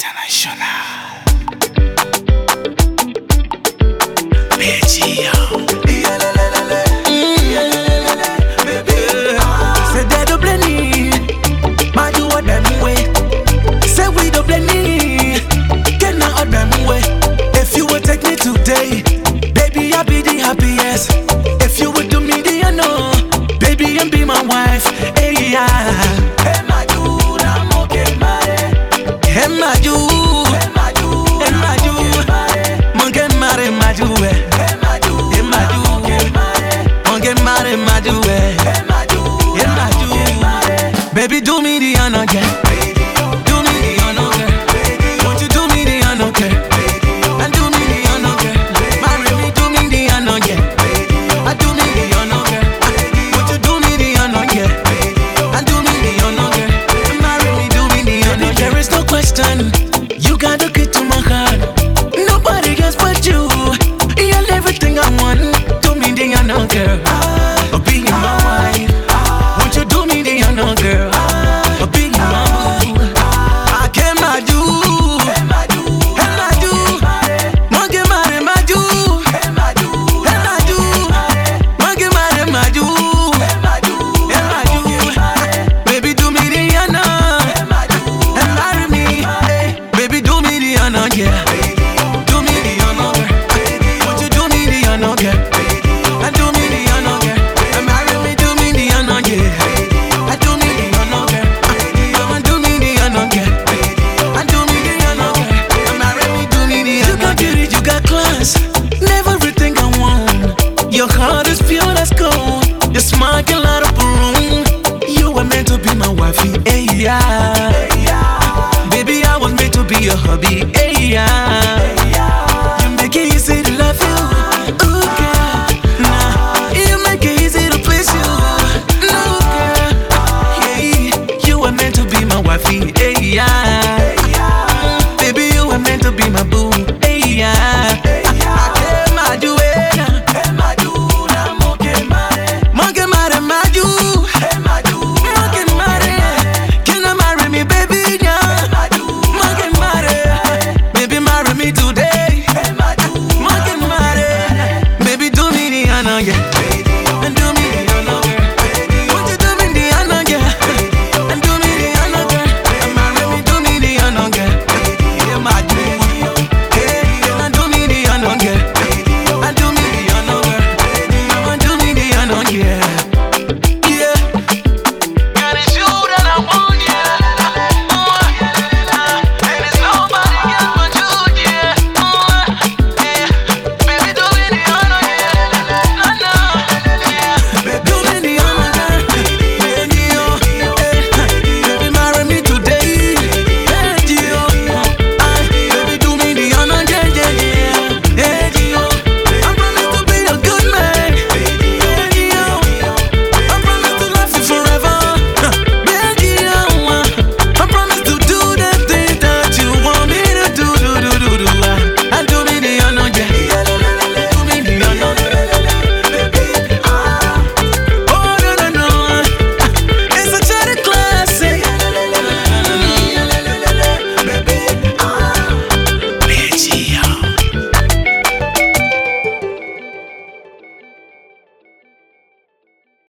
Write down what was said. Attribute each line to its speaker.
Speaker 1: Internacional. Beijinho.
Speaker 2: Say they don't blame me, but do what them way. Say we don't blame me, get no other them way. If you would take me today, baby I'll be the happiest. If you would do me the honor, baby and be my wife. Hey yeah. Hey my dude, I'm okay, my. Hey my dude. Hey my dude. Hey my dude. Monkey mare, my dude. Hey my dude. Hey my dude. Monkey mare, my dude. Hey my dude. Hey my dude. Baby, do me the honor, yeah. Do me the honor, yeah. Won't you do me the honor, yeah? And do me the honor, yeah. Marry me, do me the honor, yeah. I do me the honor, yeah. Won't you do me the honor, yeah? And do me the honor, girl. Marry me, do me the honor. There is no question. You got the key to my heart. Nobody else but you. You're everything I want. Do me the honor, girl. Of being my wife. Won't you do me the honor, girl? Of being my boo. I can't my do. Hey, my do. Hey, my do. Monkey, my, my do. Hey, my do. Hey, my do. Monkey, my, my do. Hey, my do. Hey, my do. Baby, do me the honor. And marry me. Hey, Baby, do me the honor, yeah. Do me the honor, girl. Won't you do me the honor, girl? And do me the honor, girl. And marry me, do me the honor, yeah. And do me the honor, girl. Come and do me the honor, girl. And do me the honor, girl. And marry me, do me the honor. You got beauty, you got class. Never everything I want. Your heart is pure as gold. Your smile can light up a room. You were meant to be my wifey, eh, hey eh, yeah. Baby, I was made to be your hubby, hey yeah. uh,